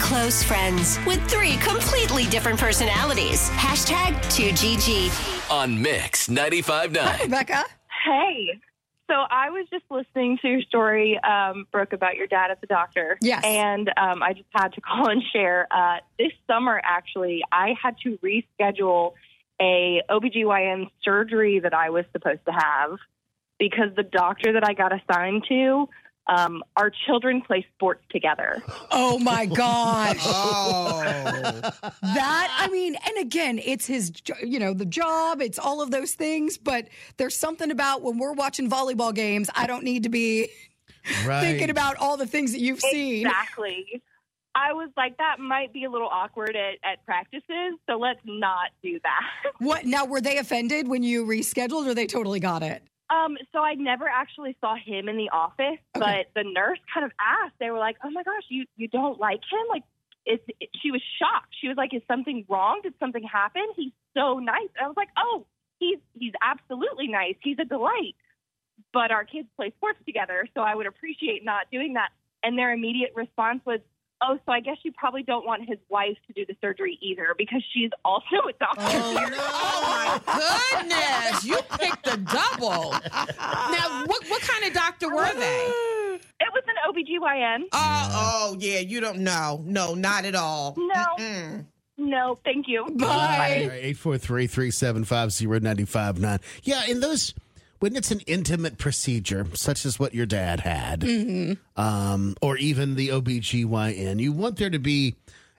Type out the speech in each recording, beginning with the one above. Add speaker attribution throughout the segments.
Speaker 1: close friends with three completely different personalities. Hashtag 2GG.
Speaker 2: on Mix 95.9.
Speaker 3: Rebecca.
Speaker 4: Hey. So I was just listening to your story, um, Brooke, about your dad at the doctor.
Speaker 3: Yes.
Speaker 4: And um, I just had to call and share. Uh, this summer, actually, I had to reschedule a OBGYN surgery that I was supposed to have because the doctor that I got assigned to, um, our children play sports together.
Speaker 3: Oh my gosh.
Speaker 5: Oh.
Speaker 3: That I mean, and again, it's his, jo- you know, the job. It's all of those things. But there's something about when we're watching volleyball games. I don't need to be
Speaker 5: right.
Speaker 3: thinking about all the things that you've seen.
Speaker 4: Exactly. I was like, that might be a little awkward at, at practices, so let's not do that.
Speaker 3: What now? Were they offended when you rescheduled, or they totally got it?
Speaker 4: Um, so I never actually saw him in the office,
Speaker 3: Okay.
Speaker 4: but the nurse kind of asked. They were like, "Oh my gosh, you you don't like him?" Like, it's it, she was shocked. She was like, "Is something wrong? Did something happen? He's so nice." And I was like, "Oh, he's he's absolutely nice. He's a delight." But our kids play sports together, so I would appreciate not doing that. And their immediate response was, "Oh, so I guess you probably don't want his wife to do the surgery either because she's also a doctor."
Speaker 6: Oh my goodness! You picked a double. Now, what what kind of doctor were they?
Speaker 4: It was an OBGYN.
Speaker 6: Oh, oh yeah, you don't know. No, not at all.
Speaker 4: No.
Speaker 6: Mm-mm.
Speaker 4: No, thank you.
Speaker 3: Bye.
Speaker 5: Eight four three three seven five zero ninety five nine. Yeah, and those when it's an intimate procedure, such as what your dad had, um, or even the OBGYN, you want there to be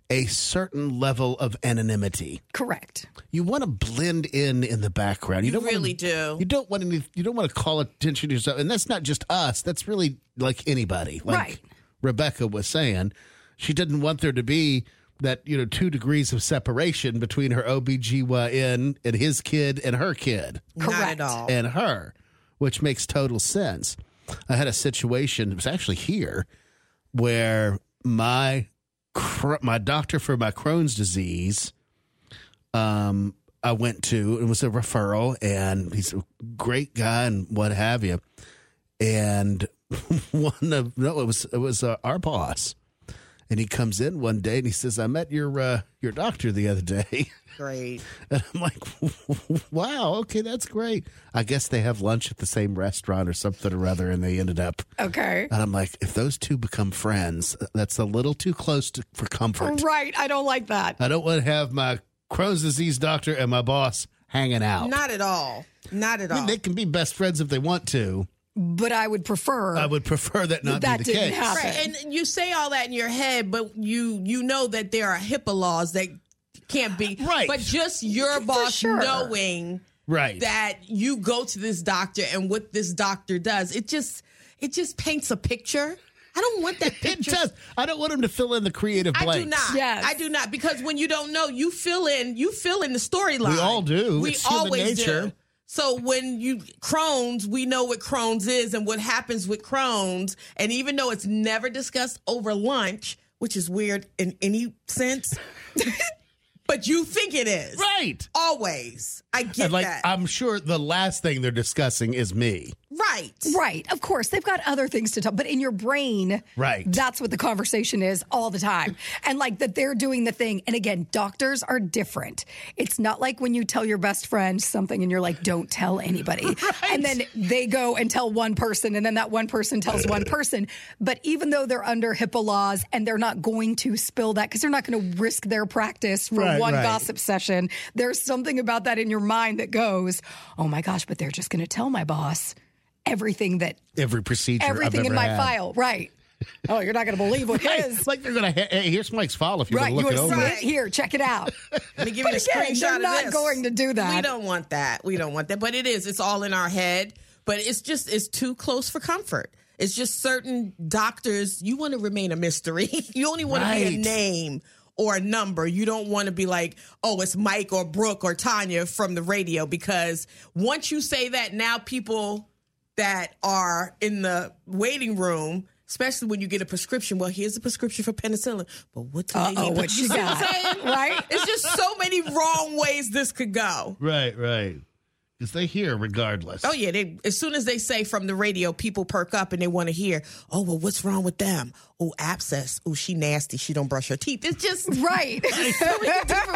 Speaker 5: a certain level of anonymity.
Speaker 3: Correct.
Speaker 5: You want to blend in in the background. You,
Speaker 6: You
Speaker 5: don't wanna-
Speaker 6: really do.
Speaker 5: You don't want any. You don't want to call attention to yourself, and that's not just us. That's really like anybody. Like
Speaker 3: Right.
Speaker 5: Rebecca was saying, she didn't want there to be that you know two degrees of separation between her OBGYN and his kid and her kid
Speaker 6: Not
Speaker 3: Correct.
Speaker 6: at all.
Speaker 5: and her, which makes total sense. I had a situation. It was actually here where my cr- my doctor for my Crohn's disease, um, I went to it was a referral, and he's a great guy and what have you. And one of no, it was it was uh, our boss, and he comes in one day and he says, "I met your uh, your doctor the other day."
Speaker 6: Great.
Speaker 5: And I'm like, wow, okay, that's great. I guess they have lunch at the same restaurant or something or other, and they ended up.
Speaker 3: Okay.
Speaker 5: And I'm like, if those two become friends, that's a little too close to, for comfort.
Speaker 3: Right. I don't like that.
Speaker 5: I don't want to have my Crohn's disease doctor and my boss hanging out.
Speaker 6: Not at all. Not at
Speaker 5: I mean,
Speaker 6: all.
Speaker 5: they can be best friends if they want to.
Speaker 3: But I would prefer.
Speaker 5: I would prefer that not
Speaker 3: That
Speaker 5: be the
Speaker 3: didn't
Speaker 5: case.
Speaker 3: happen.
Speaker 6: Right, and you say all that in your head, but you you know that there are HIPAA laws that can't be
Speaker 5: Right.
Speaker 6: But just your boss
Speaker 3: sure.
Speaker 6: knowing
Speaker 5: Right.
Speaker 6: that you go to this doctor and what this doctor does, it just it just paints a picture. I don't want that
Speaker 5: it
Speaker 6: picture.
Speaker 5: does. I don't want him to fill in the creative
Speaker 6: I
Speaker 5: blanks.
Speaker 6: do not.
Speaker 3: Yes.
Speaker 6: I do not because when you don't know, you fill in. You fill in the storyline.
Speaker 5: We all do.
Speaker 6: We
Speaker 5: It's human
Speaker 6: always
Speaker 5: nature.
Speaker 6: do. So when you Crohn's, we know what Crohn's is and what happens with Crohn's, and even though it's never discussed over lunch, which is weird in any sense, but you think it is
Speaker 5: Right.
Speaker 6: always. I get
Speaker 5: And like,
Speaker 6: that.
Speaker 5: I'm sure the last thing they're discussing is me.
Speaker 6: right.
Speaker 3: Right. Of course, they've got other things to talk, but in your brain,
Speaker 5: Right.
Speaker 3: That's what the conversation is all the time. And like that they're doing the thing. And again, doctors are different. It's not like when you tell your best friend something and you're like, "Don't tell anybody." And then they go and tell one person and then that one person tells one person. But even though they're under HIPAA laws and they're not going to spill that cuz they're not going to risk their practice for
Speaker 5: Right,
Speaker 3: one
Speaker 5: right.
Speaker 3: gossip obsession. There's something about that in your mind that goes, oh my gosh, but they're just going to tell my boss everything that
Speaker 5: Every procedure. I've
Speaker 3: everything in
Speaker 5: ever
Speaker 3: my
Speaker 5: had.
Speaker 3: file, right? Oh, you're not going to believe what
Speaker 5: Hey,
Speaker 3: it
Speaker 5: it's
Speaker 3: is.
Speaker 5: like they're gonna. Hey, hey, here's Mike's file if you
Speaker 3: Right,
Speaker 5: want to
Speaker 3: you
Speaker 5: look it over.
Speaker 3: assign it
Speaker 6: Right.
Speaker 3: here. Check it out.
Speaker 6: Let me give you a
Speaker 3: again,
Speaker 6: screenshot
Speaker 3: they're
Speaker 6: of
Speaker 3: not
Speaker 6: this.
Speaker 3: going to do that.
Speaker 6: We don't want that. We don't want that. But it is. It's all in our head. But it's just it's too close for comfort. It's just certain doctors. You want to remain a mystery. you only want to be
Speaker 5: Right.
Speaker 6: a name or a number. You don't want to be like, oh, it's Mike or Brooke or Tanya from the radio because once you say that, now people that are in the waiting room. Especially when you get a prescription. Well, here's a prescription for penicillin. But what do they
Speaker 3: Uh-oh,
Speaker 6: need?
Speaker 3: what
Speaker 6: You
Speaker 3: you
Speaker 6: see
Speaker 3: got,
Speaker 6: I'm saying?
Speaker 3: right?
Speaker 6: It's just so many wrong ways this could go.
Speaker 5: Right, right. because they hear regardless.
Speaker 6: Oh yeah, they, as soon as they say from the radio, people perk up and they want to hear. Oh well, what's wrong with them? Oh abscess. Oh she nasty. She don't brush her teeth. It's just
Speaker 3: Right.
Speaker 6: so